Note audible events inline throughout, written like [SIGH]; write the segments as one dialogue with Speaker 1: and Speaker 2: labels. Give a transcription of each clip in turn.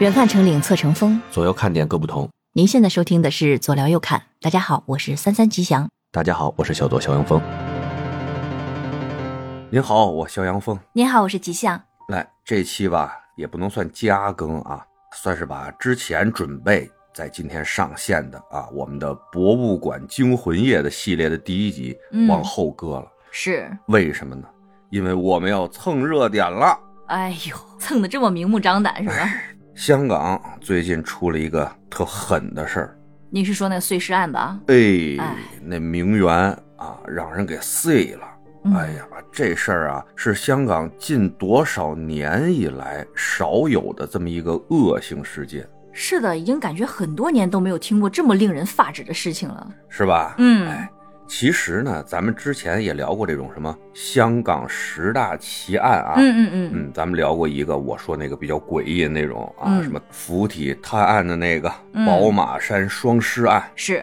Speaker 1: 远看成岭侧成峰，
Speaker 2: 左右看点各不同。
Speaker 1: 您现在收听的是左聊右看。大家好，我是三三吉祥。
Speaker 2: 大家好，我是小左肖阳峰。
Speaker 3: 您好，我肖阳峰。
Speaker 1: 您好，我是吉祥。
Speaker 3: 来，这期吧也不能算加更啊，算是把之前准备在今天上线的啊，我们的《博物馆惊魂夜》的系列的第一集
Speaker 1: 嗯
Speaker 3: 往后搁了。
Speaker 1: 是，
Speaker 3: 为什么呢？因为我们要蹭热点了。
Speaker 1: 哎呦，蹭的这么明目张胆是吧？ [LAUGHS]
Speaker 3: 香港最近出了一个特狠的事儿，
Speaker 1: 你是说那碎尸案吧？
Speaker 3: 哎
Speaker 1: 哎，
Speaker 3: 那名媛啊，让人给碎了。
Speaker 1: 嗯
Speaker 3: 哎，呀，这事儿啊，是香港近多少年以来少有的这么一个恶性事件，
Speaker 1: 是的，已经感觉很多年都没有听过这么令人发指的事情了。
Speaker 3: 是吧？
Speaker 1: 嗯
Speaker 3: 哎，其实呢，咱们之前也聊过这种什么香港十大奇案啊，
Speaker 1: 嗯嗯嗯，
Speaker 3: 嗯，咱们聊过一个，我说那个比较诡异的那种啊，
Speaker 1: 嗯
Speaker 3: 什么附体探案的那个
Speaker 1: 嗯
Speaker 3: 宝马山双尸案，
Speaker 1: 是，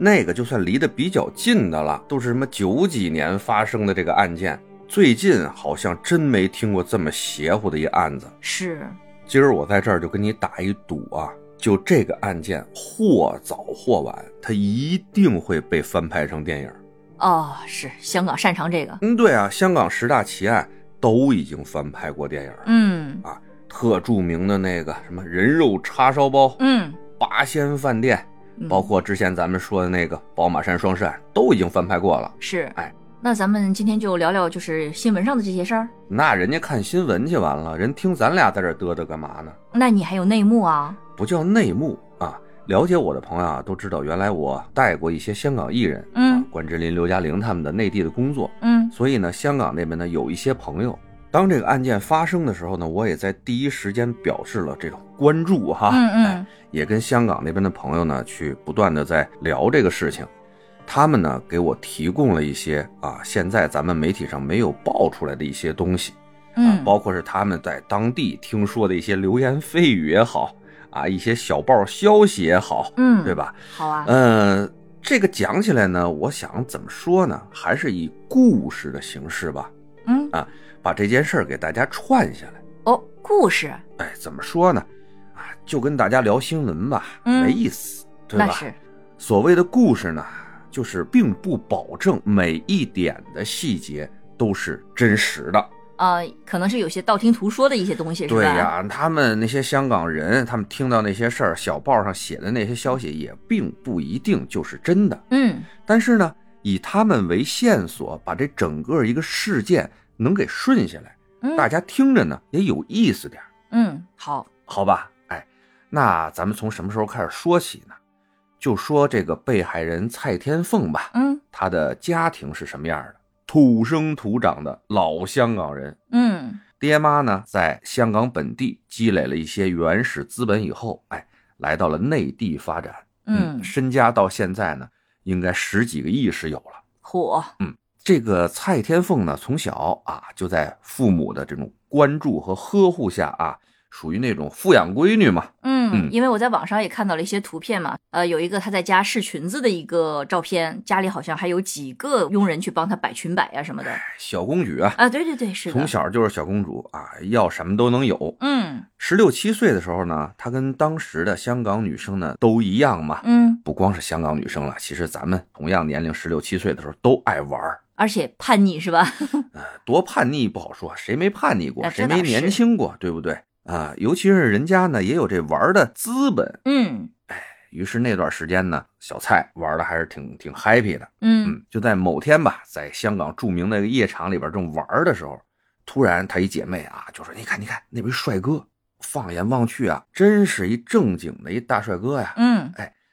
Speaker 3: 那个就算离得比较近的了，都是什么九几年发生的这个案件，最近好像真没听过这么邪乎的一案子。
Speaker 1: 是，
Speaker 3: 今儿我在这儿就跟你打一赌啊，就这个案件或早或晚，它一定会被翻拍成电影。
Speaker 1: 哦，是香港擅长这个。
Speaker 3: 嗯，对啊，香港十大奇案都已经翻拍过电影了，
Speaker 1: 嗯
Speaker 3: 啊特著名的那个什么人肉叉烧包、
Speaker 1: 嗯，
Speaker 3: 八仙饭店，
Speaker 1: 嗯
Speaker 3: 包括之前咱们说的那个宝马山双尸案，都已经翻拍过了。
Speaker 1: 嗯是。
Speaker 3: 哎，
Speaker 1: 那咱们今天就聊聊就是新闻上的这些事儿。
Speaker 3: 那人家看新闻去完了，人听咱俩在这儿嘚嘚干嘛呢？
Speaker 1: 那你还有内幕啊？
Speaker 3: 不叫内幕啊。了解我的朋友啊，都知道原来我带过一些香港艺人，
Speaker 1: 嗯
Speaker 3: 啊，关之琳、刘嘉玲他们的内地的工作，
Speaker 1: 嗯
Speaker 3: 所以呢，香港那边呢有一些朋友，当这个案件发生的时候呢，我也在第一时间表示了这种关注哈，
Speaker 1: 嗯嗯
Speaker 3: 哎，也跟香港那边的朋友呢去不断的在聊这个事情，他们呢给我提供了一些啊，现在咱们媒体上没有爆出来的一些东西，啊
Speaker 1: 嗯，，
Speaker 3: 包括是他们在当地听说的一些流言蜚语也好，啊，一些小报消息也好，
Speaker 1: 嗯，
Speaker 3: 对？吧？
Speaker 1: 好啊，
Speaker 3: 嗯，这个讲起来呢，我想怎么说呢？还是以故事的形式吧，
Speaker 1: 嗯，
Speaker 3: 啊把这件事儿给大家串下来。
Speaker 1: 哦，故事，
Speaker 3: 哎，怎么说呢？啊，就跟大家聊新闻吧，
Speaker 1: 嗯
Speaker 3: 没意思，对
Speaker 1: 那
Speaker 3: 吧？
Speaker 1: 是，
Speaker 3: 所谓的故事呢，就是并不保证每一点的细节都是真实的。
Speaker 1: 呃，可能是有些道听途说的一些东西，是吧？
Speaker 3: 对呀、他们那些香港人，他们听到那些事儿，小报上写的那些消息也并不一定就是真的。
Speaker 1: 嗯，
Speaker 3: 但是呢，以他们为线索，把这整个一个事件能给顺下来，
Speaker 1: 嗯
Speaker 3: 大家听着呢也有意思点儿，
Speaker 1: 嗯，好，
Speaker 3: 好吧？哎，那咱们从什么时候开始说起呢？就说这个被害人蔡天凤吧，
Speaker 1: 嗯
Speaker 3: 她的家庭是什么样的？土生土长的老香港人，
Speaker 1: 嗯
Speaker 3: 爹妈呢，在香港本地积累了一些原始资本以后，哎，来到了内地发展。
Speaker 1: 嗯，
Speaker 3: 身家到现在呢，应该十几个亿是有了。
Speaker 1: 火，
Speaker 3: 这个蔡天凤呢，从小啊就在父母的这种关注和呵护下啊，属于那种富养闺女嘛。
Speaker 1: 嗯，
Speaker 3: 嗯
Speaker 1: 因为我在网上也看到了一些图片嘛，呃，有一个她在家试裙子的一个照片，家里好像还有几个佣人去帮她摆裙摆啊呀、什么的，
Speaker 3: 小公举啊，
Speaker 1: 啊，对对对，是的，
Speaker 3: 从，小就是小公主啊，要什么都能有。
Speaker 1: 嗯
Speaker 3: 十六七岁的时候呢，她跟当时的香港女生呢都一样嘛，
Speaker 1: 嗯，
Speaker 3: 不光是香港女生了，其实咱们同样年龄十六七岁的时候都爱玩儿，
Speaker 1: 而且叛逆是吧？ [LAUGHS]
Speaker 3: 多叛逆不好说，谁没叛逆
Speaker 1: 那
Speaker 3: 过，
Speaker 1: 这
Speaker 3: 谁
Speaker 1: 倒
Speaker 3: 没年轻过，对不对？啊，尤其是人家呢也有这玩儿的资本，
Speaker 1: 嗯
Speaker 3: 于是那段时间呢，小蔡玩的还是挺挺 happy 的。
Speaker 1: 嗯
Speaker 3: 嗯，就在某天吧，在香港著名的夜场里边正玩儿的时候，突然她一姐妹啊就说：“你看，你看那位帅哥！”放眼望去啊，真是一正经的一大帅哥呀。
Speaker 1: 嗯，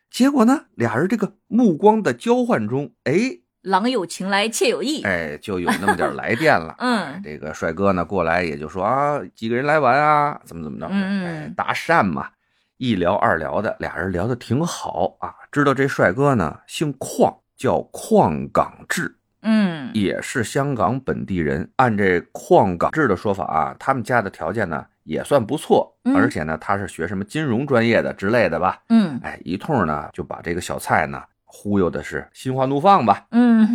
Speaker 3: 结果呢，俩人这个目光的交换中，哎，
Speaker 1: 郎有情来妾有意，。
Speaker 3: 哎，就有那么点儿来电了
Speaker 1: 嗯
Speaker 3: 哎这个帅哥呢过来也就说啊，几个人来玩啊，怎么怎么着，
Speaker 1: 嗯嗯
Speaker 3: 哎，搭讪嘛，一聊二聊的，俩人聊的挺好啊。知道这帅哥呢姓邝，叫邝港志，
Speaker 1: 嗯
Speaker 3: 也是香港本地人。按这邝港志的说法啊，他们家的条件呢也算不错，
Speaker 1: 嗯
Speaker 3: 而且呢他是学什么金融专业的之类的吧。
Speaker 1: 嗯
Speaker 3: 哎，一通呢就把这个小蔡呢忽悠的是心花怒放吧。
Speaker 1: 嗯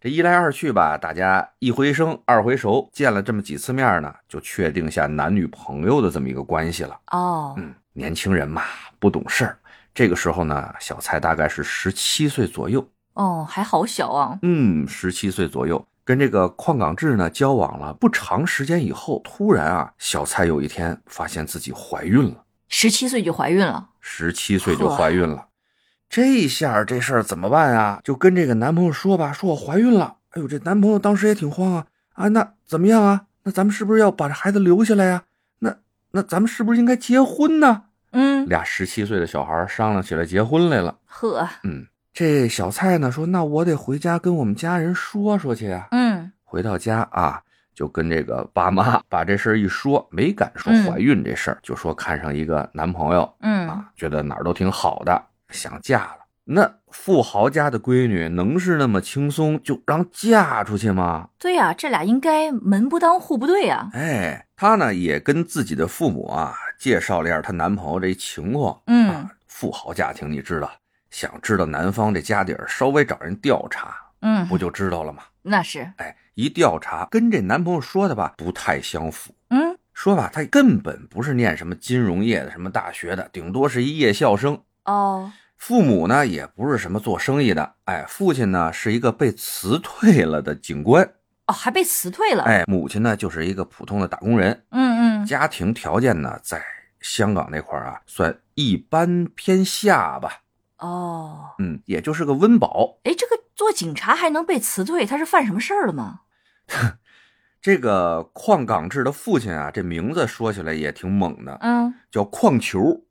Speaker 3: 这一来二去吧，大家一回生二回熟，见了这么几次面呢，就确定下男女朋友的这么一个关系了。
Speaker 1: 哦，
Speaker 3: 嗯，年轻人嘛，不懂事儿。这个时候呢，小蔡大概是十七岁左右，
Speaker 1: 哦，还好小啊，
Speaker 3: 嗯，十七岁左右，跟这个邝港志呢交往了不长时间以后，突然啊，小蔡有一天发现自己怀孕了，
Speaker 1: 十七岁就怀孕了，
Speaker 3: 十七岁就
Speaker 1: 呵
Speaker 3: 怀孕了。这下儿这事儿怎么办啊？就跟这个男朋友说吧，说我怀孕了。哎呦，这男朋友当时也挺慌啊，啊，那怎么样啊？那咱们是不是要把这孩子留下来呀、那那咱们是不是应该结婚呢？
Speaker 1: 嗯，
Speaker 3: 俩十七岁的小孩儿商量起来结婚来了。
Speaker 1: 呵，
Speaker 3: 嗯，这小蔡呢说，那我得回家跟我们家人说说去啊。
Speaker 1: 嗯，
Speaker 3: 回到家啊，就跟这个爸妈把这事儿一说，没敢说怀孕这事儿，就说看上一个男朋友
Speaker 1: 嗯，
Speaker 3: 啊，觉得哪儿都挺好的，想嫁了。那富豪家的闺女能是那么轻松就让嫁出去吗？
Speaker 1: 对呀、这俩应该门不当户不对啊呀、
Speaker 3: 哎，她呢也跟自己的父母啊介绍了一下她男朋友这情况。
Speaker 1: 嗯
Speaker 3: 啊，富豪家庭你知道，想知道男方这家底儿，稍微找人调查
Speaker 1: 嗯，
Speaker 3: 不就知道了吗？
Speaker 1: 那是，
Speaker 3: 哎，一调查跟这男朋友说的吧不太相符。
Speaker 1: 嗯，
Speaker 3: 说吧，他根本不是念什么金融业的什么大学的，顶多是一夜校生。
Speaker 1: 哦，
Speaker 3: 父母呢也不是什么做生意的，哎，父亲呢是一个被辞退了的警官，
Speaker 1: 哦，还被辞退了，
Speaker 3: 哎，母亲呢就是一个普通的打工人。
Speaker 1: 嗯嗯，
Speaker 3: 家庭条件呢，在香港那块儿啊，算一般偏下吧，
Speaker 1: 哦，
Speaker 3: 嗯，也就是个温饱。
Speaker 1: 哎，这个做警察还能被辞退，他是犯什么事儿了吗？
Speaker 3: 这个邝港志的父亲啊，这名字说起来也挺猛的，
Speaker 1: 嗯，
Speaker 3: 叫邝球。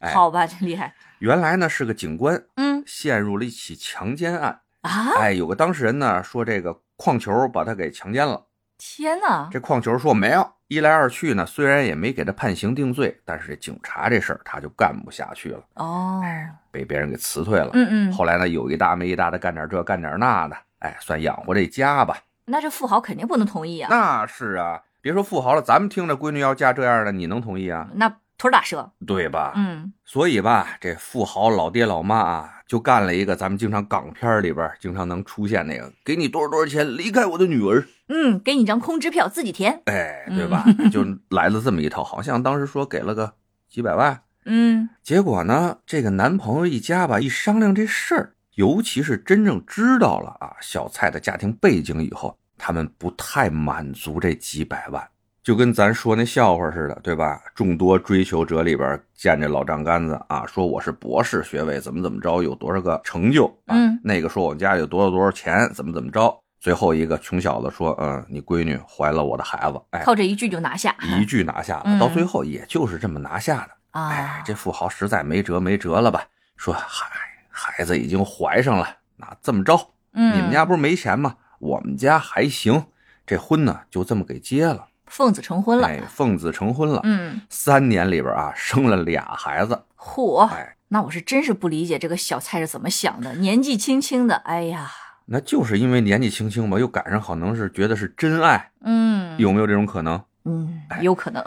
Speaker 3: 哎，
Speaker 1: 好吧，真厉害，
Speaker 3: 原来呢是个警官，
Speaker 1: 嗯
Speaker 3: 陷入了一起强奸案。
Speaker 1: 啊，
Speaker 3: 哎，有个当事人呢说这个邝球把他给强奸了，
Speaker 1: 天哪，
Speaker 3: 这邝球说没有。一来二去呢，虽然也没给他判刑定罪，但是这警察这事儿他就干不下去了，
Speaker 1: 哦，
Speaker 3: 被别人给辞退了。
Speaker 1: 嗯嗯，
Speaker 3: 后来呢，有一搭没一搭的干点这干点那的，哎，算养活这家吧。
Speaker 1: 那这富豪肯定不能同意啊，
Speaker 3: 那是啊，别说富豪了，咱们听着闺女要嫁这样的，你能同意啊？
Speaker 1: 那腿儿打折，
Speaker 3: 对吧？
Speaker 1: 嗯，
Speaker 3: 所以吧，这富豪老爹老妈啊，就干了一个咱们经常港片里边经常能出现那个，给你多少多少钱，离开我的女儿，
Speaker 1: 嗯，给你张空支票自己填，
Speaker 3: 哎，对吧？
Speaker 1: 嗯
Speaker 3: 就来了这么一套，好像当时说给了个几百万，
Speaker 1: 嗯
Speaker 3: 结果呢，这个男朋友一家吧，一商量这事儿，尤其是真正知道了啊小蔡的家庭背景以后，他们不太满足这几百万，就跟咱说那笑话似的，对吧？众多追求者里边见这老丈杆子啊，说我是博士学位，怎么怎么着，有多少个成就啊？
Speaker 1: 嗯
Speaker 3: 那个说我们家有多少多少钱，怎么怎么着。最后一个穷小子说，嗯，你闺女怀了我的孩子，哎，
Speaker 1: 靠这一句就拿下
Speaker 3: 一句拿下了，
Speaker 1: 嗯
Speaker 3: 到最后也就是这么拿下的。哎
Speaker 1: 啊，，
Speaker 3: 这富豪实在没辙没辙了吧？说，嗨，孩子已经怀上了，那这么着，
Speaker 1: 嗯，
Speaker 3: 你们家不是没钱吗？我们家还行，这婚呢就这么给结了，
Speaker 1: 奉子成婚了，
Speaker 3: 哎，奉子成婚了。
Speaker 1: 嗯，
Speaker 3: 三年里边啊，生了俩孩子，
Speaker 1: 嚯，
Speaker 3: 哎，
Speaker 1: 那我是真是不理解这个小蔡是怎么想的，年纪轻轻的，哎呀，
Speaker 3: 那就是因为年纪轻轻吧，又赶上可能是觉得是真爱，
Speaker 1: 嗯，
Speaker 3: 有没有哎这种可能？
Speaker 1: 嗯，有可能，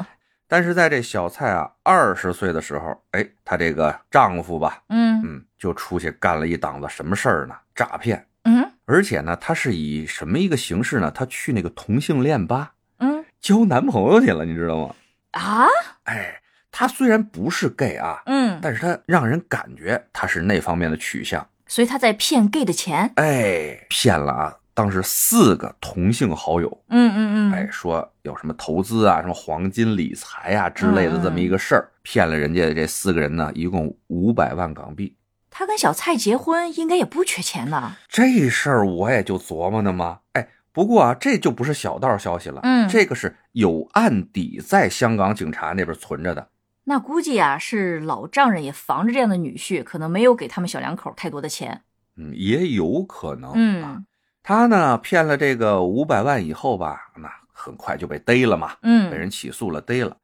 Speaker 3: 但是在这小蔡啊二十岁的时候，哎，她这个丈夫吧，
Speaker 1: 嗯
Speaker 3: 嗯，就出去干了一档子什么事儿呢？诈骗。
Speaker 1: 嗯
Speaker 3: 而且呢，她是以什么一个形式呢？她去那个同性恋吧
Speaker 1: 嗯
Speaker 3: 交男朋友去了，你知道吗？
Speaker 1: 啊，
Speaker 3: 哎，她虽然不是 gay 啊，
Speaker 1: 嗯，
Speaker 3: 但是她让人感觉她是那方面的取向。
Speaker 1: 所以他在骗 gay 的钱，
Speaker 3: 哎，骗了啊！当时四个同性好友，
Speaker 1: 嗯嗯
Speaker 3: 哎，
Speaker 1: 嗯，
Speaker 3: 说有什么投资啊、什么黄金理财啊之类的这么一个事儿，骗了人家这四个人呢，一共五百万港币。
Speaker 1: 他跟小蔡结婚应该也不缺钱呐，
Speaker 3: 这事儿我也就琢磨呢嘛，哎，不过啊，这就不是小道消息了，
Speaker 1: 嗯
Speaker 3: 这个是有案底在香港警察那边存着的，
Speaker 1: 那估计啊是老丈人也防着这样的女婿，可能没有给他们小两口太多的钱，
Speaker 3: 嗯，也有可能，啊
Speaker 1: 嗯
Speaker 3: 他呢骗了这个五百万以后吧，那很快就被逮了嘛，被
Speaker 1: 嗯，
Speaker 3: 人起诉了，逮了，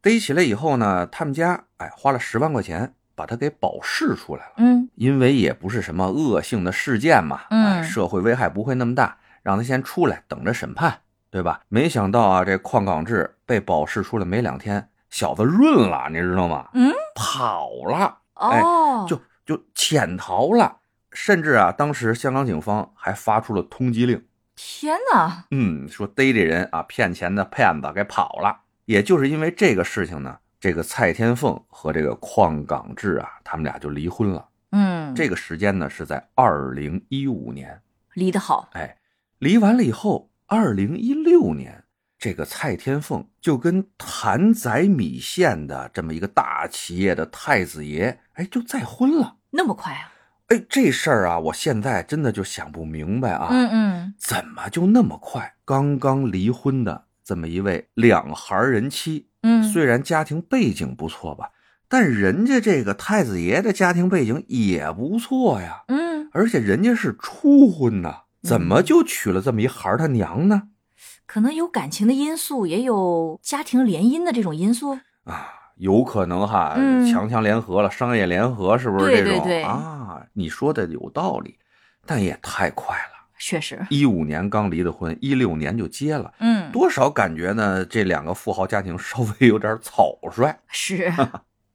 Speaker 3: 逮起来以后呢，他们家哎花了十万块钱把他给保释出来了。
Speaker 1: 嗯
Speaker 3: 因为也不是什么恶性的事件嘛，
Speaker 1: 嗯
Speaker 3: 哎社会危害不会那么大，让他先出来等着审判，对吧？没想到啊，这邝港志被保释出来没两天，小子润了，你知道吗？
Speaker 1: 嗯，
Speaker 3: 跑了，哎
Speaker 1: 哦，
Speaker 3: 就就潜逃了，甚至啊，当时香港警方还发出了通缉令，
Speaker 1: 天哪，
Speaker 3: 嗯，说逮这人啊，骗钱的骗子给跑了。也就是因为这个事情呢，这个蔡天凤和这个邝港志啊，他们俩就离婚了。
Speaker 1: 嗯，
Speaker 3: 这个时间呢是在二零一五年，
Speaker 1: 离得好，
Speaker 3: 哎，离完了以后，二零一六年，这个蔡天凤就跟谭仔米线的这么一个大企业的太子爷，哎，就再婚了。
Speaker 1: 那么快啊？
Speaker 3: 哎，这事儿啊，我现在真的就想不明白啊，
Speaker 1: 嗯嗯，
Speaker 3: 怎么就那么快？刚刚离婚的这么一位两孩人妻，
Speaker 1: 嗯，
Speaker 3: 虽然家庭背景不错吧，但人家这个太子爷的家庭背景也不错呀，
Speaker 1: 嗯，
Speaker 3: 而且人家是初婚呐、怎么就娶了这么一孩儿他娘呢？
Speaker 1: 可能有感情的因素，也有家庭联姻的这种因素。
Speaker 3: 啊，有可能哈，
Speaker 1: 嗯
Speaker 3: 强强联合了，商业联合是不是
Speaker 1: 对
Speaker 3: 这种
Speaker 1: 对对
Speaker 3: 啊？你说的有道理，但也太快了。
Speaker 1: 确实，
Speaker 3: 一五年刚离的婚，一六年就结了，
Speaker 1: 嗯，
Speaker 3: 多少感觉呢？这两个富豪家庭稍微有点草率，
Speaker 1: 是，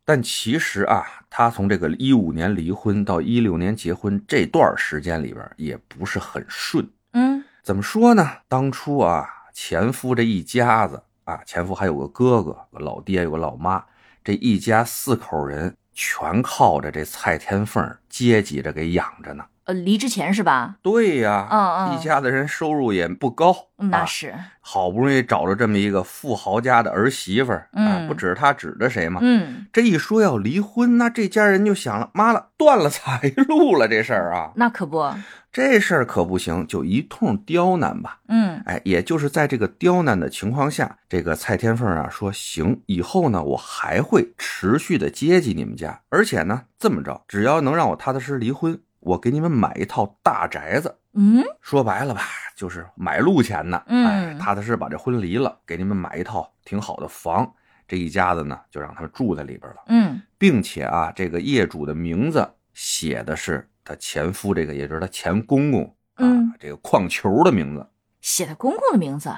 Speaker 3: 但其实啊，他从这个一五年离婚到一六年结婚这段时间里边，也不是很顺。
Speaker 1: 嗯
Speaker 3: 怎么说呢？当初啊，前夫这一家子啊，前夫还有个哥哥，有个老爹，有个老妈，这一家四口人全靠着这蔡天凤接济着给养着呢。
Speaker 1: [LAUGHS] 呃，离之前是吧？
Speaker 3: 对呀，
Speaker 1: 嗯嗯嗯
Speaker 3: 一家子人收入也不高，
Speaker 1: 那
Speaker 3: 啊
Speaker 1: 是，
Speaker 3: 好不容易找着这么一个富豪家的儿媳妇儿，啊
Speaker 1: 嗯，
Speaker 3: 不指着她指着谁嘛。
Speaker 1: 嗯，
Speaker 3: 这一说要离婚，那这家人就想了，妈了，断了财路了，这事儿啊，
Speaker 1: 那可不，
Speaker 3: 这事儿可不行，就一通刁难吧。
Speaker 1: 嗯
Speaker 3: 哎，也就是在这个刁难的情况下，这个蔡天凤啊说行，以后呢我还会持续的接济你们家，而且呢这么着，只要能让我踏踏实实离婚，我给你们买一套大宅子。
Speaker 1: 嗯，
Speaker 3: 说白了吧，就是买路钱呢。
Speaker 1: 嗯
Speaker 3: 哎，踏踏实实把这婚离了，给你们买一套挺好的房，这一家子呢就让他们住在里边了，
Speaker 1: 嗯
Speaker 3: 并且啊，这个业主的名字写的是他前夫，这个也就是他前公公啊，
Speaker 1: 嗯
Speaker 3: 这个矿球的名字。
Speaker 1: 写的公公的名字，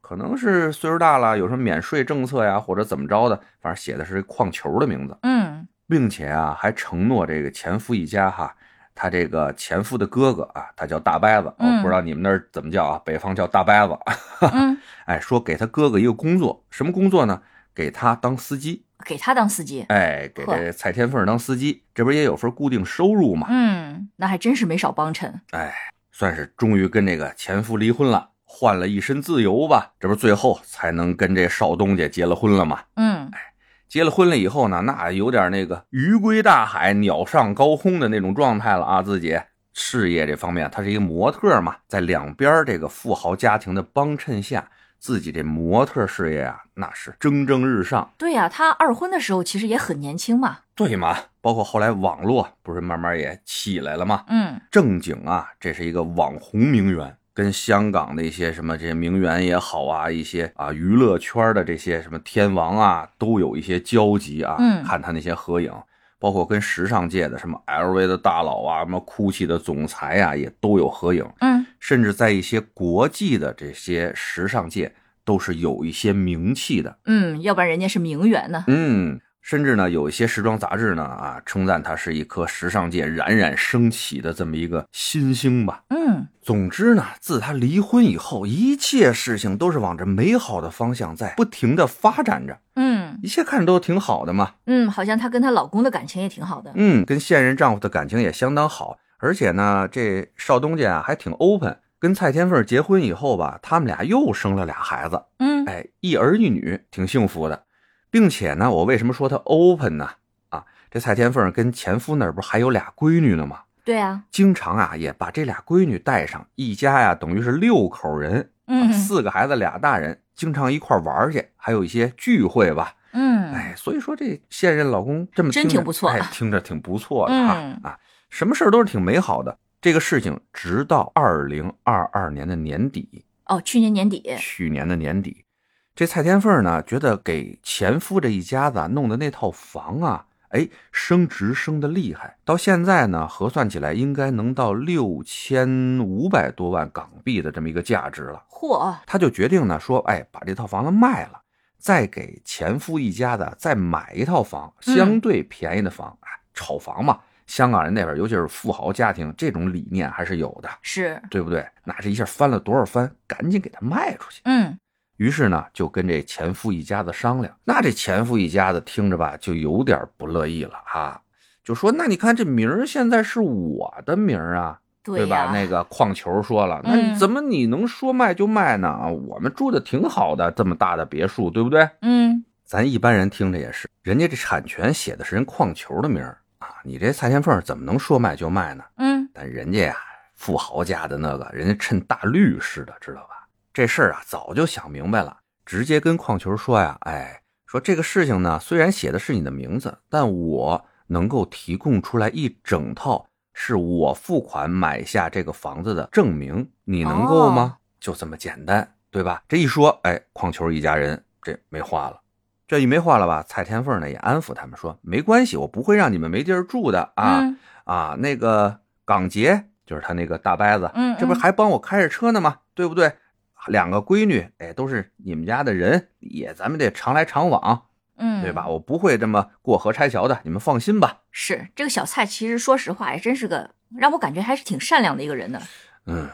Speaker 3: 可能是岁数大了，有什么免税政策呀，或者怎么着的，反正写的是矿球的名字，
Speaker 1: 嗯
Speaker 3: 并且啊，还承诺这个前夫一家哈，他这个前夫的哥哥啊，他叫大伯子，
Speaker 1: 嗯
Speaker 3: 我不知道你们那儿怎么叫啊，北方叫大伯子，
Speaker 1: 嗯，
Speaker 3: 哎，说给他哥哥一个工作，什么工作呢？给他当司机，
Speaker 1: 给他当司机，
Speaker 3: 哎，给这蔡天凤当司机，这不是也有份固定收入嘛？
Speaker 1: 嗯，那还真是没少帮衬。
Speaker 3: 算是终于跟这个前夫离婚了，换了一身自由吧，这不是最后才能跟这少东家结了婚了吗？
Speaker 1: 嗯，
Speaker 3: 结了婚了以后呢，那有点那个鱼归大海、鸟上高空的那种状态了啊。自己事业这方面，她是一个模特嘛，在两边这个富豪家庭的帮衬下，自己这模特事业啊，那是蒸蒸日上，
Speaker 1: 对呀、他二婚的时候其实也很年轻嘛。
Speaker 3: 对嘛？包括后来网络不是慢慢也起来了嘛，
Speaker 1: 嗯
Speaker 3: 正经啊，这是一个网红名媛，跟香港的一些什么这些名媛也好啊，一些啊娱乐圈的这些什么天王啊，都有一些交集啊。
Speaker 1: 嗯
Speaker 3: 看他那些合影，包括跟时尚界的什么 LV 的大佬啊，什么 GUCCI 的总裁啊，也都有合影。
Speaker 1: 嗯
Speaker 3: 甚至在一些国际的这些时尚界，都是有一些名气的。
Speaker 1: 嗯，要不然人家是名媛呢。
Speaker 3: 嗯，甚至呢，有一些时装杂志呢啊，称赞他是一颗时尚界冉冉升起的这么一个新星吧。
Speaker 1: 嗯
Speaker 3: 总之呢，自他离婚以后，一切事情都是往着美好的方向在不停的发展着，
Speaker 1: 嗯
Speaker 3: 一切看着都挺好的嘛。
Speaker 1: 嗯，好像她跟她老公的感情也挺好的。
Speaker 3: 嗯，跟现任丈夫的感情也相当好，而且呢，这少东家啊还挺 open。跟蔡天凤结婚以后吧，他们俩又生了俩孩子，
Speaker 1: 嗯
Speaker 3: 哎，一儿一女，挺幸福的。并且呢，我为什么说她 open 呢？啊，这蔡天凤跟前夫那儿不是还有俩闺女呢吗？
Speaker 1: 对啊，
Speaker 3: 经常啊也把这俩闺女带上，一家呀等于是六口人，
Speaker 1: 嗯
Speaker 3: 啊四个孩子俩大人，经常一块儿玩儿去，还有一些聚会吧。
Speaker 1: 嗯，
Speaker 3: 哎，所以说这现任老公这么
Speaker 1: 真
Speaker 3: 听着
Speaker 1: 挺不错啊
Speaker 3: 哎，听着挺不错的哈、
Speaker 1: 嗯
Speaker 3: 啊，什么事儿都是挺美好的。这个事情直到二零二二年的年底，
Speaker 1: 哦，去年年底，
Speaker 3: 去年的年底，这蔡天凤呢觉得给前夫这一家子啊弄的那套房啊，哎，升值升的厉害，到现在呢核算起来应该能到六千五百多万港币的这么一个价值了。
Speaker 1: 嚯，
Speaker 3: 他就决定呢说，哎，把这套房子卖了，再给前夫一家的再买一套房，
Speaker 1: 嗯
Speaker 3: 相对便宜的房，哎，炒房嘛。香港人那边，尤其是富豪家庭，这种理念还是有的，
Speaker 1: 是，
Speaker 3: 对不对？那这一下翻了多少番，赶紧给它卖出去。
Speaker 1: 嗯
Speaker 3: 于是呢，就跟这前夫一家子商量。那这前夫一家子听着吧，就有点不乐意了啊，就说：“那你看这名儿现在是我的名儿啊，对
Speaker 1: 呀、
Speaker 3: 吧？那个矿球说了，那
Speaker 1: 嗯
Speaker 3: 你怎么你能说卖就卖呢？啊我们住的挺好的，这么大的别墅，对不对？
Speaker 1: 嗯，
Speaker 3: 咱一般人听着也是，人家这产权写的是人矿球的名儿啊，你这蔡天凤怎么能说卖就卖呢？
Speaker 1: 嗯
Speaker 3: 但人家呀、富豪家的那个，人家趁大律师的，知道吧？这事儿啊，早就想明白了，直接跟矿球说呀，哎，说这个事情呢，虽然写的是你的名字，但我能够提供出来一整套是我付款买下这个房子的证明，你能够吗？就这么简单，对吧？这一说，哎，矿球一家人这没话了。这一没话了吧？蔡天凤呢也安抚他们说，没关系，我不会让你们没地儿住的啊。
Speaker 1: 嗯
Speaker 3: 啊，那个港杰就是他那个大伯子，
Speaker 1: 嗯
Speaker 3: 这不
Speaker 1: 嗯
Speaker 3: 是还帮我开着车呢吗？对不对？两个闺女，哎，都是你们家的人，也咱们得常来常往，
Speaker 1: 嗯，
Speaker 3: 对吧？？我不会这么过河拆桥的，你们放心吧。
Speaker 1: 是这个小蔡，其实说实话，还真是个让我感觉还是挺善良的一个人的。
Speaker 3: 嗯，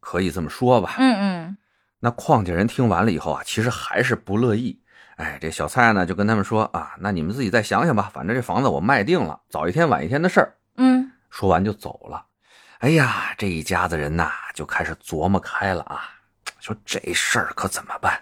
Speaker 3: 可以这么说吧。
Speaker 1: 嗯
Speaker 3: 那矿家人听完了以后啊，其实还是不乐意。哎，这小蔡呢就跟他们说啊，那你们自己再想想吧，反正这房子我卖定了，早一天晚一天的事儿。
Speaker 1: 嗯
Speaker 3: 说完就走了。哎呀，这一家子人呐，就开始琢磨开了啊，说这事儿可怎么办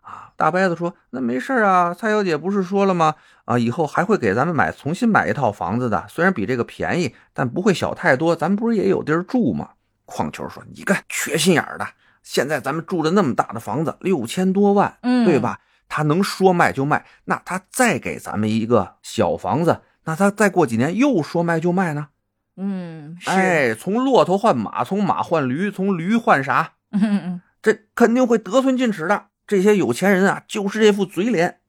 Speaker 3: 啊？大伯子说：“那没事儿啊，蔡小姐不是说了吗？啊，以后还会给咱们买重新买一套房子的，虽然比这个便宜，但不会小太多。咱们不是也有地儿住吗？”矿球说：“你看，缺心眼儿的！现在咱们住的那么大的房子，六千多万，
Speaker 1: 嗯，
Speaker 3: 对？吧？他能说卖就卖，那他再给咱们一个小房子，那他再过几年又说卖就卖呢？
Speaker 1: 嗯，是，
Speaker 3: 哎，从骆驼换马，从马换驴，从驴换啥？
Speaker 1: 嗯嗯
Speaker 3: 这肯定会得寸进尺的。这些有钱人啊，就是这副嘴脸。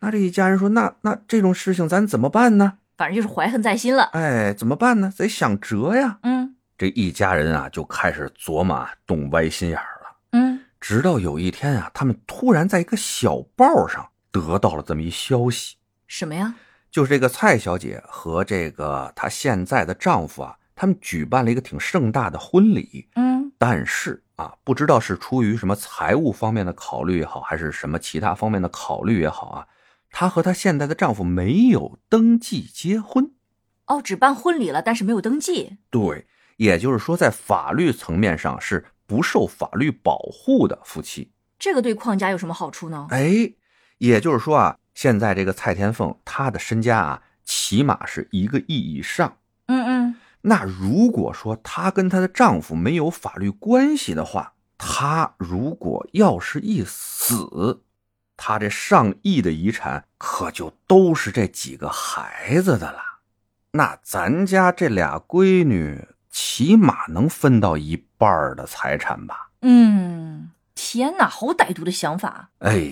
Speaker 3: 那这一家人说，那那这种事情咱怎么办呢？
Speaker 1: [LAUGHS] 反正就是怀恨在心了。
Speaker 3: 哎，怎么办呢？得想辙呀。
Speaker 1: 嗯
Speaker 3: 这一家人啊，就开始琢磨啊动歪心眼儿了。
Speaker 1: 嗯，
Speaker 3: 直到有一天啊，他们突然在一个小报上得到了这么一消息，
Speaker 1: 什么呀？
Speaker 3: 就是这个蔡小姐和这个她现在的丈夫啊，他们举办了一个挺盛大的婚礼。
Speaker 1: 嗯
Speaker 3: 但是啊，不知道是出于什么财务方面的考虑也好，还是什么其他方面的考虑也好啊，她和她现在的丈夫没有登记结婚。
Speaker 1: 哦，只办婚礼了，但是没有登记。
Speaker 3: 对，也就是说，在法律层面上是不受法律保护的夫妻。
Speaker 1: 这个对邝家有什么好处呢？
Speaker 3: 哎，也就是说啊，现在这个蔡天凤她的身家啊，起码是一个亿以上。
Speaker 1: 嗯嗯，
Speaker 3: 那如果说她跟她的丈夫没有法律关系的话，她如果要是一死，她这上亿的遗产可就都是这几个孩子的了。那咱家这俩闺女起码能分到一半儿的财产吧？
Speaker 1: 嗯，天哪，好歹毒的想法！啊
Speaker 3: 哎，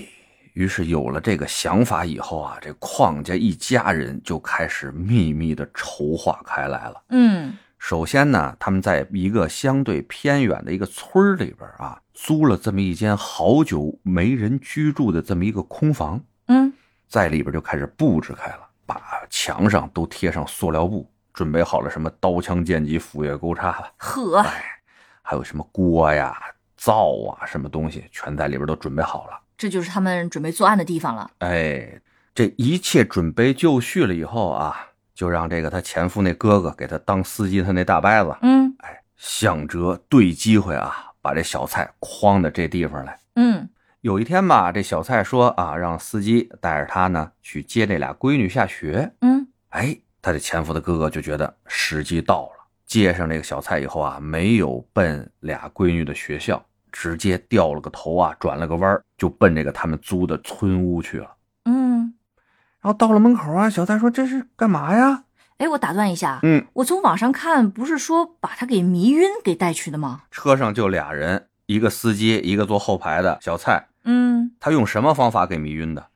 Speaker 3: 于是有了这个想法以后啊，这邝家一家人就开始秘密的筹划开来了。
Speaker 1: 嗯
Speaker 3: 首先呢，他们在一个相对偏远的一个村儿里边儿啊，租了这么一间好久没人居住的这么一个空房，
Speaker 1: 嗯
Speaker 3: 在里边就开始布置开了，把墙上都贴上塑料布，准备好了什么刀枪剑戟斧钺钩叉了，
Speaker 1: 呵，
Speaker 3: 还有什么锅呀、灶啊，什么东西全在里边都准备好了。
Speaker 1: 这就是他们准备作案的地方了。
Speaker 3: 哎，这一切准备就绪了以后啊，就让这个他前夫那哥哥给他当司机，他那大伯子，
Speaker 1: 嗯
Speaker 3: 哎，想着对机会啊，把这小蔡诓到这地方来。
Speaker 1: 嗯
Speaker 3: 有一天吧，这小蔡说啊，让司机带着他呢去接这俩闺女下学。
Speaker 1: 嗯
Speaker 3: 哎，他的前夫的哥哥就觉得时机到了，接上这个小蔡以后啊，没有奔俩闺女的学校，直接掉了个头啊，转了个弯儿就奔这个他们租的村屋去了。
Speaker 1: 嗯，
Speaker 3: 然后到了门口啊，小蔡说：“这是干嘛呀
Speaker 1: 哎，我打断一下？”，
Speaker 3: 嗯，
Speaker 1: 我从网上看，不是说把他给迷晕给带去的吗？
Speaker 3: 车上就俩人，一个司机，一个坐后排的小蔡。
Speaker 1: 嗯
Speaker 3: 他用什么方法给迷晕的？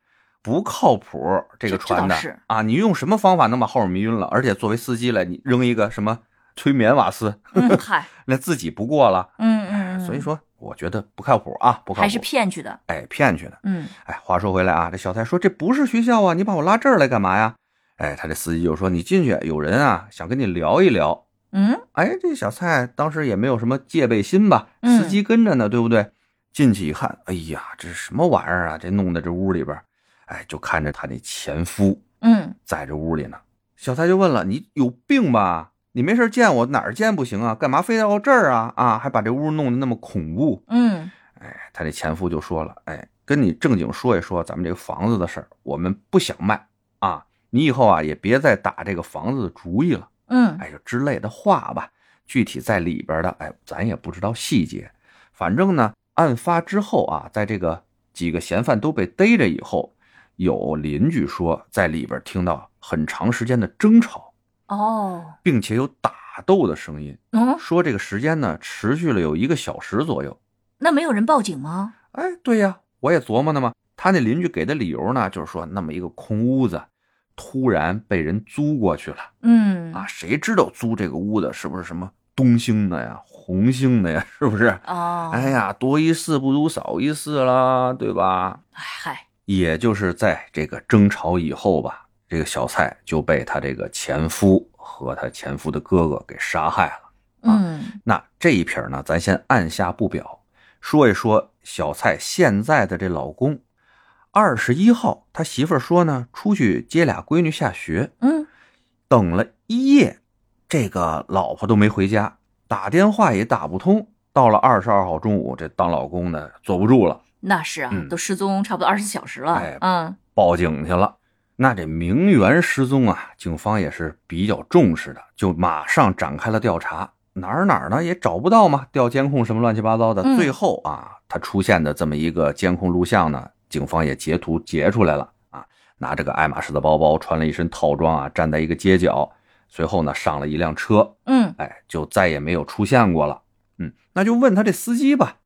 Speaker 3: 不靠谱，这个
Speaker 1: 这
Speaker 3: 传
Speaker 1: 这
Speaker 3: 的
Speaker 1: 倒是
Speaker 3: 啊！你用什么方法能把后面迷晕了？而且作为司机来，你扔一个什么催眠瓦斯， [LAUGHS]
Speaker 1: 嗯，嗨，
Speaker 3: 那自己不过了。
Speaker 1: 嗯嗯，嗯
Speaker 3: 所以说，我觉得不靠谱啊，不靠谱，
Speaker 1: 还是骗去的。
Speaker 3: 哎骗去的。
Speaker 1: 嗯
Speaker 3: 哎，话说回来啊，这小蔡说这不是学校啊，你把我拉这儿来干嘛呀？哎，他这司机就说你进去，有人啊想跟你聊一聊。
Speaker 1: 嗯
Speaker 3: 哎，这小蔡当时也没有什么戒备心吧，
Speaker 1: 嗯
Speaker 3: 司机跟着呢，对不对？进去一看，哎呀，这是什么玩意儿啊？这弄的这屋里边儿，哎，就看着她那前夫
Speaker 1: 嗯
Speaker 3: 在这屋里呢。小蔡就问了：“你有病吧？你没事见我哪儿见不行啊？干嘛非要这儿啊？啊，还把这屋弄得那么恐怖？”
Speaker 1: 嗯
Speaker 3: 哎，他这前夫就说了，哎，跟你正经说一说咱们这个房子的事儿，我们不想卖啊，你以后啊也别再打这个房子的主意了，
Speaker 1: 嗯
Speaker 3: 哎，就之类的话吧。具体在里边的，哎，咱也不知道细节。反正呢，案发之后啊，在这个几个嫌犯都被逮着以后，有邻居说在里边听到很长时间的争吵，
Speaker 1: 哦
Speaker 3: 并且有打斗的声音，
Speaker 1: 嗯，
Speaker 3: 说这个时间呢持续了有一个小时左右。
Speaker 1: 那没有人报警吗？
Speaker 3: 哎，对呀，我也琢磨呢嘛。他那邻居给的理由呢，就是说那么一个空屋子，突然被人租过去了
Speaker 1: 嗯
Speaker 3: 啊，谁知道租这个屋子是不是什么东兴的呀、红兴的呀， [LAUGHS] 是不是？
Speaker 1: 哦，
Speaker 3: 哎呀，多一事不如少一事啦，对吧？
Speaker 1: 哎，嗨，
Speaker 3: 也就是在这个争吵以后吧，这个小蔡就被他这个前夫和他前夫的哥哥给杀害了。
Speaker 1: 嗯
Speaker 3: 那这一撇儿呢，咱先按下不表，说一说小蔡现在的这老公。二十一号，他媳妇儿说呢，出去接俩闺女下学，
Speaker 1: 嗯
Speaker 3: 等了一夜，这个老婆都没回家，打电话也打不通。到了二十二号中午，这当老公的坐不住了，
Speaker 1: 那是啊，
Speaker 3: 嗯
Speaker 1: 都失踪差不多二十四小时了，
Speaker 3: 哎
Speaker 1: 嗯
Speaker 3: 报警去了。那这名媛失踪啊，警方也是比较重视的，就马上展开了调查。哪儿哪儿呢也找不到嘛，调监控什么乱七八糟的。
Speaker 1: 嗯
Speaker 3: 最后啊，他出现的这么一个监控录像呢，警方也截图截出来了啊，拿着个爱马仕的包包，穿了一身套装啊，站在一个街角，随后呢上了一辆车，
Speaker 1: 嗯
Speaker 3: 哎，就再也没有出现过了。嗯，那就问他这司机吧。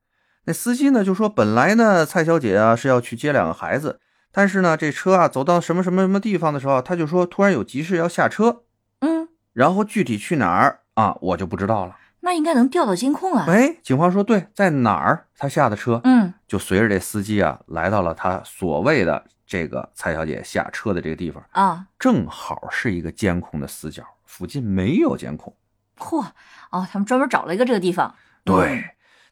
Speaker 3: 那司机呢就说，本来呢蔡小姐啊是要去接两个孩子，但是呢这车啊走到什么什么什么地方的时候，啊他就说突然有急事要下车，
Speaker 1: 嗯，
Speaker 3: 然后具体去哪儿啊我就不知道了。
Speaker 1: 那应该能调到监控啊，
Speaker 3: 哎，警方说对，在哪儿他下的车，
Speaker 1: 嗯
Speaker 3: 就随着这司机啊来到了他所谓的这个蔡小姐下车的这个地方，
Speaker 1: 啊，
Speaker 3: 正好是一个监控的死角，附近没有监控。
Speaker 1: 嚯哦，他们专门找了一个这个地方，
Speaker 3: 对，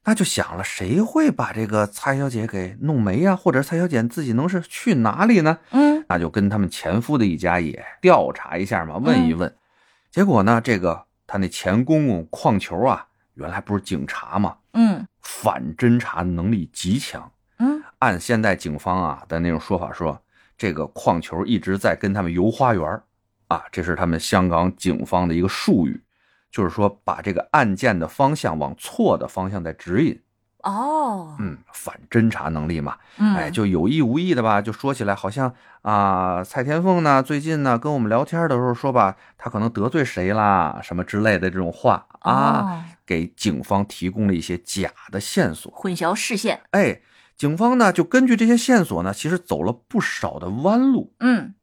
Speaker 3: 那就想了，谁会把这个蔡小姐给弄没呀、或者蔡小姐自己能是去哪里呢？
Speaker 1: 嗯，
Speaker 3: 那就跟他们前夫的一家也调查一下嘛，问一问。结果呢，这个他那前公公矿球啊，原来不是警察嘛，
Speaker 1: 嗯
Speaker 3: 反侦查能力极强。
Speaker 1: 嗯
Speaker 3: 按现在警方啊的那种说法说，这个矿球一直在跟他们游花园儿啊，这是他们香港警方的一个术语，就是说把这个案件的方向往错的方向在指引。
Speaker 1: 哦，
Speaker 3: 嗯，反侦查能力嘛，
Speaker 1: 嗯
Speaker 3: 哎，就有意无意的吧，就说起来好像啊、蔡天凤呢，最近呢跟我们聊天的时候说吧，她可能得罪谁啦，什么之类的这种话啊，
Speaker 1: 哦
Speaker 3: 给警方提供了一些假的线索。
Speaker 1: 混淆视线，
Speaker 3: 哎，警方呢就根据这些线索呢，其实走了不少的弯路。
Speaker 1: 嗯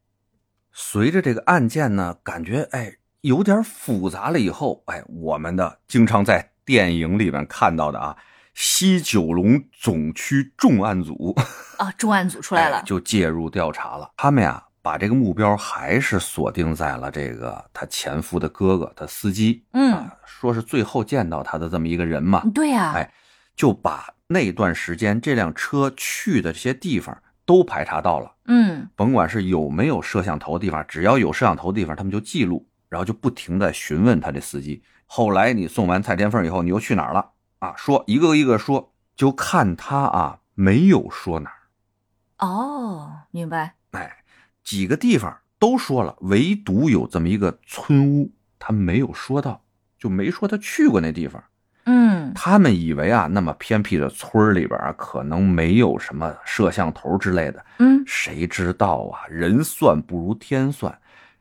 Speaker 3: 随着这个案件呢，感觉哎有点复杂了。以后哎，我们的经常在电影里面看到的啊，西九龙总区重案组
Speaker 1: 啊，重案组出来了，
Speaker 3: 哎就介入调查了。他们呀，把这个目标还是锁定在了这个他前夫的哥哥，他司机，
Speaker 1: 嗯，
Speaker 3: 啊，说是最后见到他的这么一个人嘛。
Speaker 1: 对呀、
Speaker 3: 哎就把那段时间这辆车去的这些地方都排查到了，
Speaker 1: 嗯
Speaker 3: 甭管是有没有摄像头的地方，只要有摄像头的地方，他们就记录，然后就不停的询问他这司机。后来你送完蔡天凤以后，你又去哪儿了？啊，说一个一个说，就看他啊没有说哪儿，
Speaker 1: 哦，明白，
Speaker 3: 哎，几个地方都说了，唯独有这么一个村屋，他没有说到，就没说他去过那地方。
Speaker 1: 嗯
Speaker 3: 他们以为啊，那么偏僻的村儿里边啊，可能没有什么摄像头之类的。
Speaker 1: 嗯
Speaker 3: 谁知道啊，人算不如天算。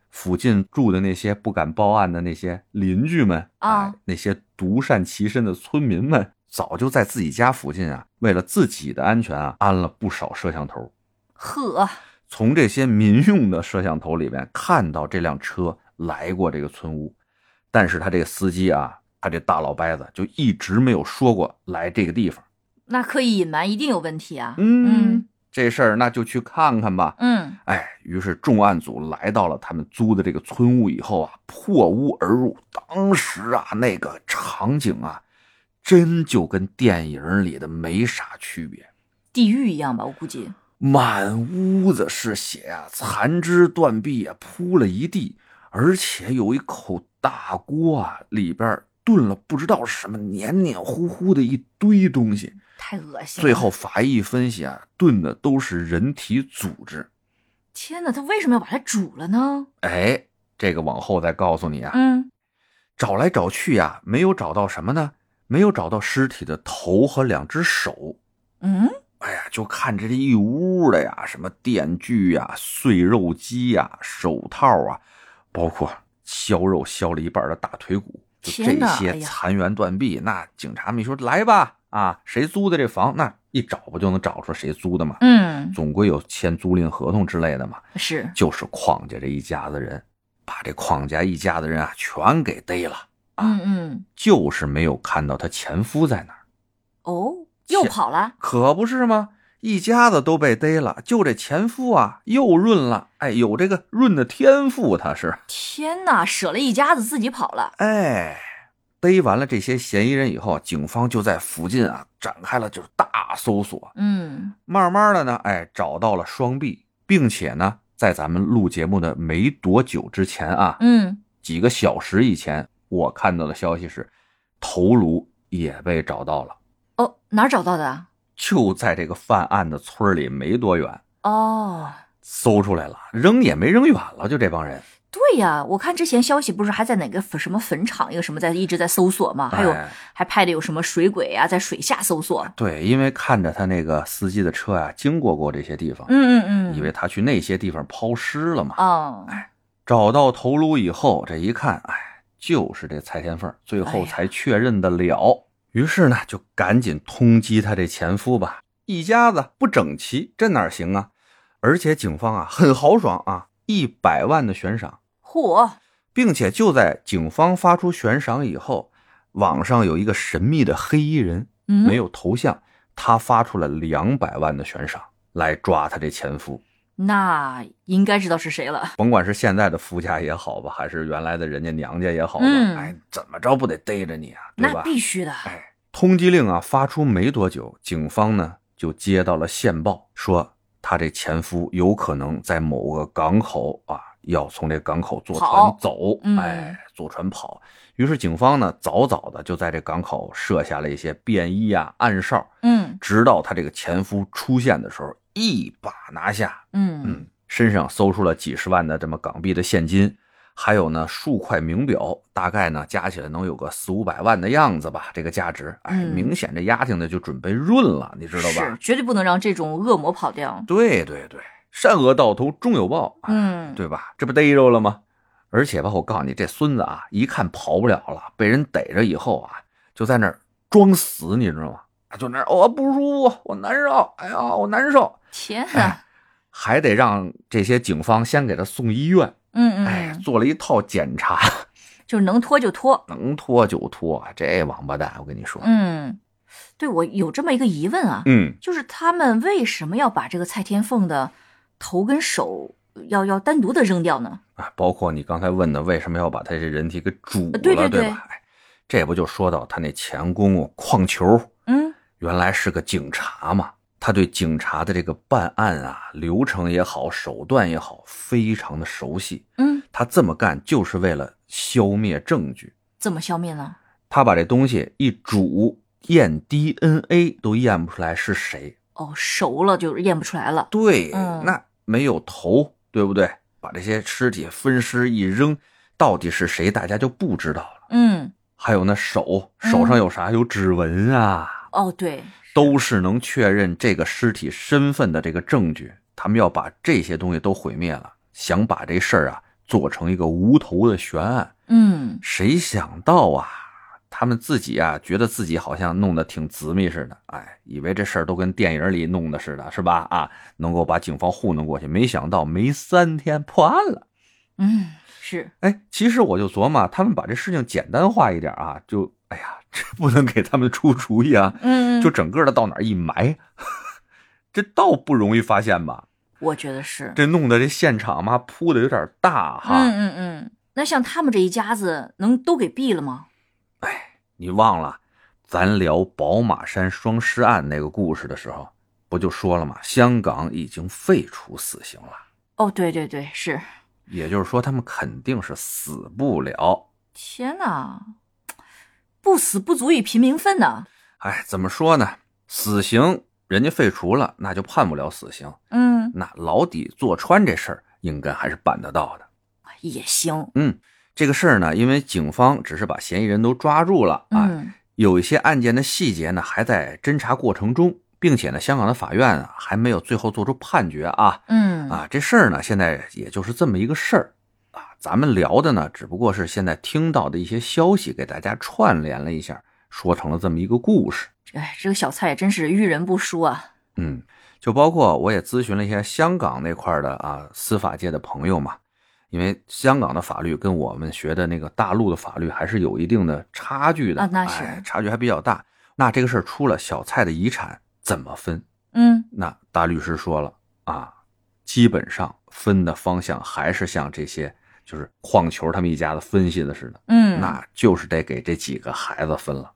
Speaker 3: 附近住的那些不敢报案的那些邻居们
Speaker 1: 啊
Speaker 3: 哎那些独善其身的村民们，早就在自己家附近啊，为了自己的安全啊，安了不少摄像头。
Speaker 1: 呵，
Speaker 3: 从这些民用的摄像头里面看到这辆车来过这个村屋，但是他这个司机啊，他这大老伯子就一直没有说过来这个地方。
Speaker 1: 那刻意隐瞒一定有问题啊，嗯
Speaker 3: 这事儿那就去看看吧。
Speaker 1: 嗯
Speaker 3: 哎，于是重案组来到了他们租的这个村屋以后啊，破屋而入，当时啊那个场景啊，真就跟电影里的没啥区别。
Speaker 1: 地狱一样吧，我估计。
Speaker 3: 满屋子是血啊，残肢断臂啊铺了一地，而且有一口大锅啊，里边炖了不知道是什么黏黏糊糊的一堆东西。
Speaker 1: 太恶心了！
Speaker 3: 最后，法医一分析啊，炖的都是人体组织。
Speaker 1: 天哪，他为什么要把它煮了呢？
Speaker 3: 哎，这个往后再告诉你啊。
Speaker 1: 嗯，
Speaker 3: 找来找去呀、没有找到什么呢？没有找到尸体的头和两只手。
Speaker 1: 嗯，
Speaker 3: 哎呀，就看这一屋的呀，什么电锯呀、碎肉机呀、手套啊，包括削肉削了一半的大腿骨，就
Speaker 1: 天
Speaker 3: 这
Speaker 1: 哪哎
Speaker 3: 些
Speaker 1: 呀
Speaker 3: 残垣断壁。那警察们一说来吧，啊，谁租的这房？那一找不就能找出谁租的吗？
Speaker 1: 嗯，
Speaker 3: 总归有签租赁合同之类的嘛。
Speaker 1: 是
Speaker 3: 就是邝家这一家子人，把这邝家一家子人啊全给逮了，
Speaker 1: 嗯嗯，
Speaker 3: 就是没有看到她前夫在哪儿，
Speaker 1: 哦，又跑了，
Speaker 3: 可不是吗？一家子都被逮了，就这前夫啊又润了，哎，有这个润的天赋，他是
Speaker 1: 天哪，舍了一家子自己跑了，
Speaker 3: 哎。逮完了这些嫌疑人以后，警方就在附近啊展开了就是大搜索，
Speaker 1: 嗯，
Speaker 3: 慢慢的呢，哎，找到了双臂，并且呢，在咱们录节目的没多久之前啊，
Speaker 1: 嗯，
Speaker 3: 几个小时以前，我看到的消息是，头颅也被找到了，
Speaker 1: 哦，哪儿找到的啊？
Speaker 3: 就在这个犯案的村儿里没多远，
Speaker 1: 哦，
Speaker 3: 搜出来了，扔也没扔远了，就这帮人，
Speaker 1: 对呀，我看之前消息不是还在哪个坟什么坟场，一个什么在一直在搜索嘛，还有
Speaker 3: 哎
Speaker 1: 还拍的有什么水鬼啊，在水下搜索，
Speaker 3: 对，因为看着他那个司机的车啊，经过过这些地方，
Speaker 1: 嗯嗯嗯，
Speaker 3: 以为他去那些地方抛尸了嘛。
Speaker 1: 哦，
Speaker 3: 找到头颅以后，这一看，哎，就是这蔡天凤，最
Speaker 1: 哎
Speaker 3: 后
Speaker 1: 呀
Speaker 3: 才确认得了。于是呢，就赶紧通缉他这前夫吧。一家子不整齐，这哪行啊？而且警方啊很豪爽啊，一百万的悬赏，
Speaker 1: 嚯，
Speaker 3: 并且就在警方发出悬赏以后，网上有一个神秘的黑衣人，
Speaker 1: 嗯，
Speaker 3: 没有头像，他发出了两百万的悬赏来抓他这前夫。
Speaker 1: 那应该知道是谁了。
Speaker 3: 甭管是现在的夫家也好吧，还是原来的人家娘家也好吧，
Speaker 1: 嗯
Speaker 3: 哎，怎么着不得逮着你啊，对
Speaker 1: 那
Speaker 3: 吧？
Speaker 1: 必须的，
Speaker 3: 哎，通缉令啊发出没多久，警方呢就接到了线报，说他这前夫有可能在某个港口啊，要从这港口坐船
Speaker 1: 跑
Speaker 3: 走，
Speaker 1: 嗯
Speaker 3: 哎，坐船跑。于是警方呢早早的就在这港口设下了一些便衣啊、暗哨，
Speaker 1: 嗯
Speaker 3: 直到他这个前夫出现的时候，一把拿下。
Speaker 1: 嗯，
Speaker 3: 嗯，身上搜出了几十万的这么港币的现金，还有呢数块名表，大概呢加起来能有个四五百万的样子吧，这个价值。哎，
Speaker 1: 嗯
Speaker 3: 明显这丫挺的就准备润了，你知道
Speaker 1: 是
Speaker 3: 吧？哎
Speaker 1: 绝对不能让这种恶魔跑掉。
Speaker 3: 对对对，善恶到头终有报，哎
Speaker 1: 嗯，
Speaker 3: 对吧？这不逮着了吗？而且吧，我告诉你，这孙子啊，一看跑不了了，被人逮着以后啊，就在那儿装死，你知道吗？就那儿我、哦不舒服，我难受，哎呀，我难受，
Speaker 1: 天
Speaker 3: 哎
Speaker 1: 哪，
Speaker 3: 还得让这些警方先给他送医院。
Speaker 1: 嗯
Speaker 3: 哎，
Speaker 1: 嗯，
Speaker 3: 做了一套检查，
Speaker 1: 就是能拖就拖。
Speaker 3: 能拖就拖，这王八蛋，我跟你说，
Speaker 1: 嗯，对我有这么一个疑问啊，
Speaker 3: 嗯，
Speaker 1: 就是他们为什么要把这个蔡天凤的头跟手要要单独的扔掉呢？
Speaker 3: 啊，包括你刚才问的，为什么要把他这人体给煮了，
Speaker 1: 呃对对对
Speaker 3: 吧？哎，这不就说到他那前公公邝球
Speaker 1: 嗯，
Speaker 3: 原来是个警察嘛，他对警察的这个办案啊流程也好，手段也好，非常的熟悉。
Speaker 1: 嗯，
Speaker 3: 他这么干就是为了消灭证据，
Speaker 1: 怎么消灭呢？
Speaker 3: 他把这东西一煮，验 DNA 都验不出来是谁，
Speaker 1: 哦，熟了就验不出来了。
Speaker 3: 对，
Speaker 1: 嗯
Speaker 3: 那没有头，对不对？把这些尸体分尸一扔，到底是谁，大家就不知道了。
Speaker 1: 嗯，
Speaker 3: 还有那手，手上有啥？有指纹啊，
Speaker 1: 哦对，
Speaker 3: 都是能确认这个尸体身份的这个证据。他们要把这些东西都毁灭了，想把这事儿啊做成一个无头的悬案。
Speaker 1: 嗯，
Speaker 3: 谁想到啊，他们自己啊觉得自己好像弄得挺直密似的，哎，以为这事儿都跟电影里弄的似的，是吧？啊，能够把警方糊弄过去，没想到没三天破案了。
Speaker 1: 嗯，是
Speaker 3: 哎，其实我就琢磨，他们把这事情简单化一点啊，就哎呀，这不能给他们出主意啊，
Speaker 1: 嗯，
Speaker 3: 就整个的到哪儿一埋， [LAUGHS] 这倒不容易发现吧？
Speaker 1: 我觉得是。
Speaker 3: 这弄得这现场嘛铺的有点大哈。
Speaker 1: 嗯嗯嗯，那像他们这一家子能都给毙了吗？
Speaker 3: 你忘了，咱聊宝马山双尸案那个故事的时候，不就说了吗？香港已经废除死刑了，
Speaker 1: 哦，对对对，是。
Speaker 3: 也就是说他们肯定是死不了。
Speaker 1: 天哪，不死不足以平民愤呐。
Speaker 3: 哎，怎么说呢？死刑人家废除了，那就判不了死刑。
Speaker 1: 嗯，
Speaker 3: 那牢底坐穿这事儿应该还是办得到的。
Speaker 1: 也行。
Speaker 3: 这个事儿呢，因为警方只是把嫌疑人都抓住了啊，
Speaker 1: 嗯，
Speaker 3: 有一些案件的细节呢还在侦查过程中，并且呢，香港的法院啊还没有最后做出判决啊
Speaker 1: 嗯，
Speaker 3: 啊，这事儿呢现在也就是这么一个事儿啊，咱们聊的呢只不过是现在听到的一些消息，给大家串联了一下，说成了这么一个故事。
Speaker 1: 哎，这个小蔡真是遇人不淑啊。
Speaker 3: 嗯，就包括我也咨询了一下香港那块儿的啊司法界的朋友嘛，因为香港的法律跟我们学的那个大陆的法律还是有一定的差距的，
Speaker 1: 啊那是
Speaker 3: 哎、差距还比较大。那这个事儿出了，小蔡的遗产怎么分？
Speaker 1: 嗯，
Speaker 3: 那大律师说了啊，基本上分的方向还是像这些就是矿球他们一家子分析的似的，
Speaker 1: 嗯，
Speaker 3: 那就是得给这几个孩子分了。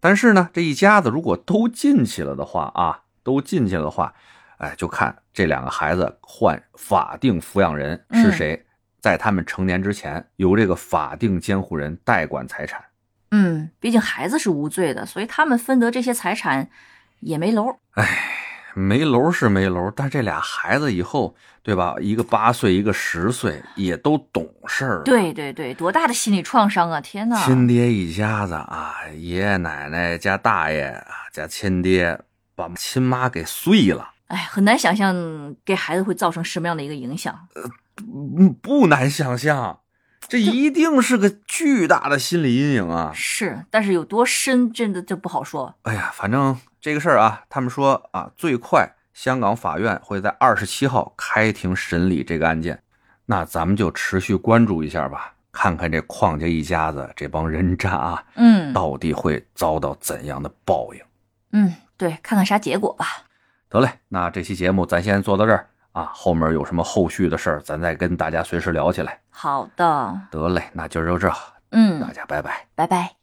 Speaker 3: 但是呢，这一家子如果都进去了的话啊，都进去了的话，哎，就看这两个孩子换法定抚养人是谁，在他们成年之前，由这个法定监护人代管财产。
Speaker 1: 嗯，毕竟孩子是无罪的，所以他们分得这些财产也没楼。
Speaker 3: 没楼是没楼，但这俩孩子以后，对吧？一个八岁，一个十岁，也都懂事儿了。
Speaker 1: 对对对，多大的心理创伤啊！天哪，
Speaker 3: 亲爹一家子啊，爷爷奶奶加大爷啊加亲爹，把亲妈给碎了。
Speaker 1: 哎，很难想象给孩子会造成什么样的一个影响。
Speaker 3: 嗯，不难想象，这一定是个巨大的心理阴影啊！
Speaker 1: 是，但是有多深，真的就不好说。
Speaker 3: 哎呀，反正这个事儿啊，他们说啊，最快香港法院会在二十七号开庭审理这个案件，那咱们就持续关注一下吧，看看这邝家一家子这帮人渣啊，
Speaker 1: 嗯
Speaker 3: 到底会遭到怎样的报应。
Speaker 1: 嗯，对，看看啥结果吧。
Speaker 3: 得嘞，那这期节目咱先做到这儿啊，后面有什么后续的事儿，咱再跟大家随时聊起来。
Speaker 1: 好的，
Speaker 3: 得嘞，那今儿就这，
Speaker 1: 嗯
Speaker 3: 大，家拜拜。
Speaker 1: 拜拜。